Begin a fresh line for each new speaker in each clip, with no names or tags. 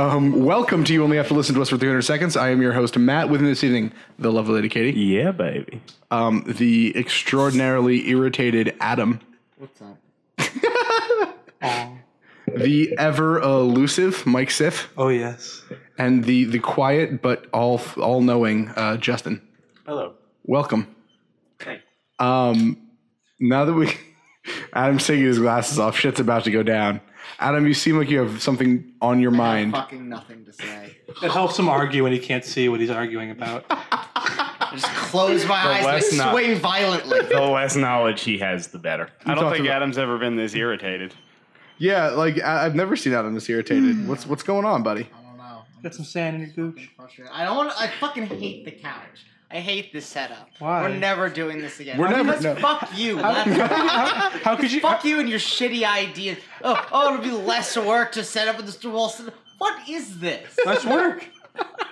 Um, welcome to You Only Have to Listen to Us for 300 Seconds. I am your host, Matt. With me this evening, the lovely lady Katie,
Yeah, baby.
um, the extraordinarily irritated Adam,
What's up?
the ever elusive Mike Siff,
Oh yes.
and the the quiet but all all knowing uh, Justin.
Hello.
Welcome.
Hey.
Um, now that we, Adam's taking his glasses off, shit's about to go down. Adam, you seem like you have something on your mind.
Fucking nothing to say.
It helps him argue when he can't see what he's arguing about.
I just close my eyes
let's
and I
not.
sway violently.
The less knowledge he has, the better.
I don't
talked
think
about-
Adam's ever been this irritated.
Yeah, like I, I've never seen Adam this irritated. What's what's going on, buddy?
I don't know. I'm
Got some sand in your gooch.
fucking frustrated. I don't want. I fucking hate the couch. I hate this setup.
Why?
We're never doing this again.
We're never-
Because
no.
Fuck you.
how- how could you-
Fuck you and your shitty ideas. Oh, oh, it'll be less work to set up with this wall. set- What is this?
That's work.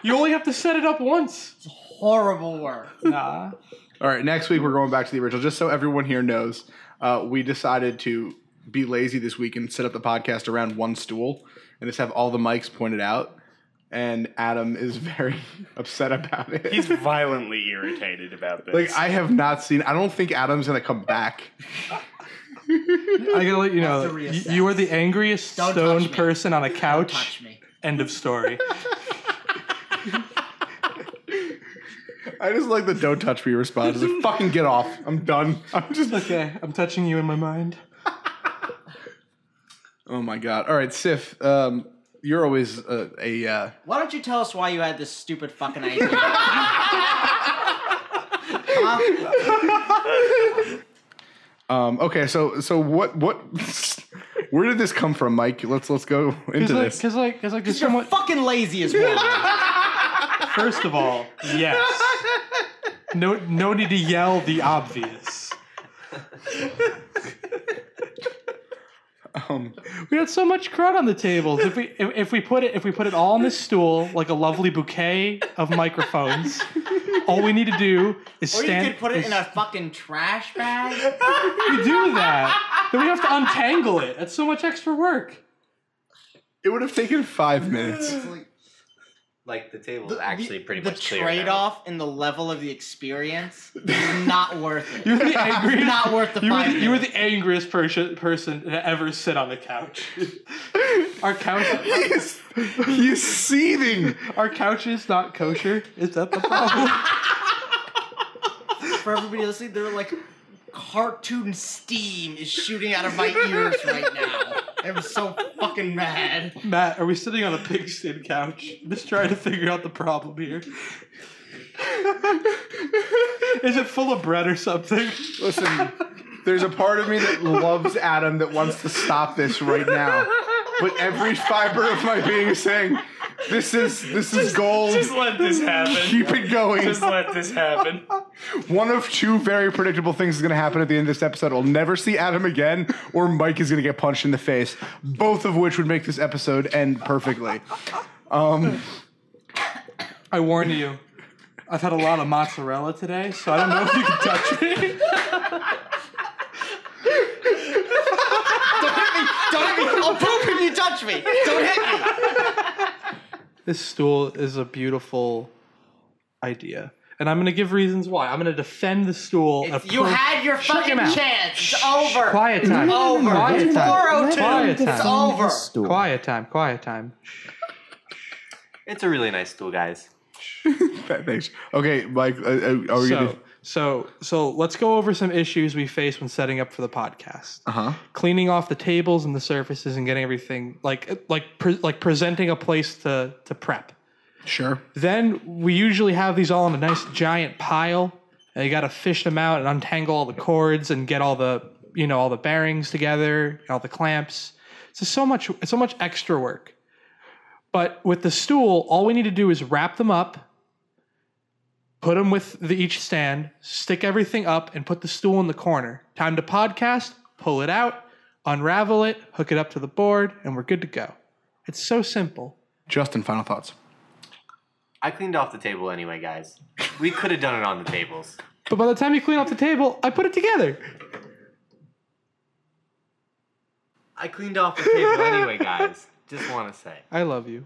You only have to set it up once.
Horrible work.
Nah.
All right, next week we're going back to the original. Just so everyone here knows, uh, we decided to be lazy this week and set up the podcast around one stool and just have all the mics pointed out. And Adam is very upset about it.
He's violently irritated about this.
like I have not seen. I don't think Adam's gonna come back.
I gotta let you know,
We'll
y-
have to
you are the angriest
Don't touch
stoned
me.
person on a
Don't touch
couch.
me.
End of story.
I just like the "Don't touch me" response. It's like fucking get off. I'm done. I'm just.
okay, I'm touching you in my mind.
Oh my god. All right, Sif. Um, you're always a. a uh,
Why don't you tell us why you had this stupid fucking idea? Huh?
um, okay, so so what what. Where did this come from, Mike? Let's let's go
Cause
into
like,
this.
cause like, cause like, just
You're
someone.
fucking lazy as well.
First of all, yes. No, no need to yell the obvious.
Um,
We had so much crud on the tables. If we if, if we put it if we put it all on this stool like a lovely bouquet of microphones, all we need to do is
Or
stand.
you could put it in a
is-
fucking trash bag.
we do that. Then we have to untangle it. That's so much extra work.
It would have taken five minutes.
Like the table's
The-
actually pretty
the
much clear. now.
trade-off in the level of the experience is not worth
You're
it.
the angriest.
Not worth the
you were
five
the, you were
minutes.
the angriest person person to ever sit on the couch. Our couch
He's, he's seething.
our couch is not kosher. Is that the problem?
For everybody listening, they're like cartoon steam is shooting out of my ears right now. I'm so fucking mad.
Matt, are we sitting on a pigskin couch? Just trying to figure out the problem here. Is it full of bread or something?
Listen, there's a part of me that loves Adam that wants to stop this right now, but every fiber of my being is saying, "This is this is gold.
just let this happen.
Keep it going."
just let this happen.
One of two very predictable things is going to happen at the end of this episode. I'll never see Adam again, or Mike is going to get punched in the face. Both of which would make this episode end perfectly. Um,
I warn you, I've had a lot of mozzarella today, so I don't know if you can touch me.
Don't hit me! Oh, Don't hit me! I'll poop if you touch me! Don't hit me!
This stool is a beautiful idea. And I'm going to give reasons why. I'm going to defend the stool. and
You
approve-
had your
Shut
fucking
him out.
chance. It's over.
Quiet time.
Over.
Quiet
It's
time.
402.
Quiet
It's
time.
over.
Quiet time. Quiet time.
It's a really nice stool, guys.
thanks. Okay, Mike, uh, uh, are we going
So,
to?
so, so let's go over some issues we face when setting up for the podcast.
Uh huh.
Cleaning off the tables and the surfaces and getting everything like like pre- like presenting a place to to prep.
Sure.
Then we usually have these all in a nice giant pile. And you got to fish them out and untangle all the cords and get all the you know all the bearings together, all the clamps. It's just so much. It's so much extra work. But with the stool, all we need to do is wrap them up, put them with the each stand, stick everything up, and put the stool in the corner. Time to podcast. Pull it out, unravel it, hook it up to the board, and we're good to go. It's so simple.
Justin, final thoughts.
I cleaned off the table anyway, guys. We could have done it on the tables.
But by the time you clean off the table, I put it together.
I cleaned off the table anyway, guys. Just want to say.
I love you.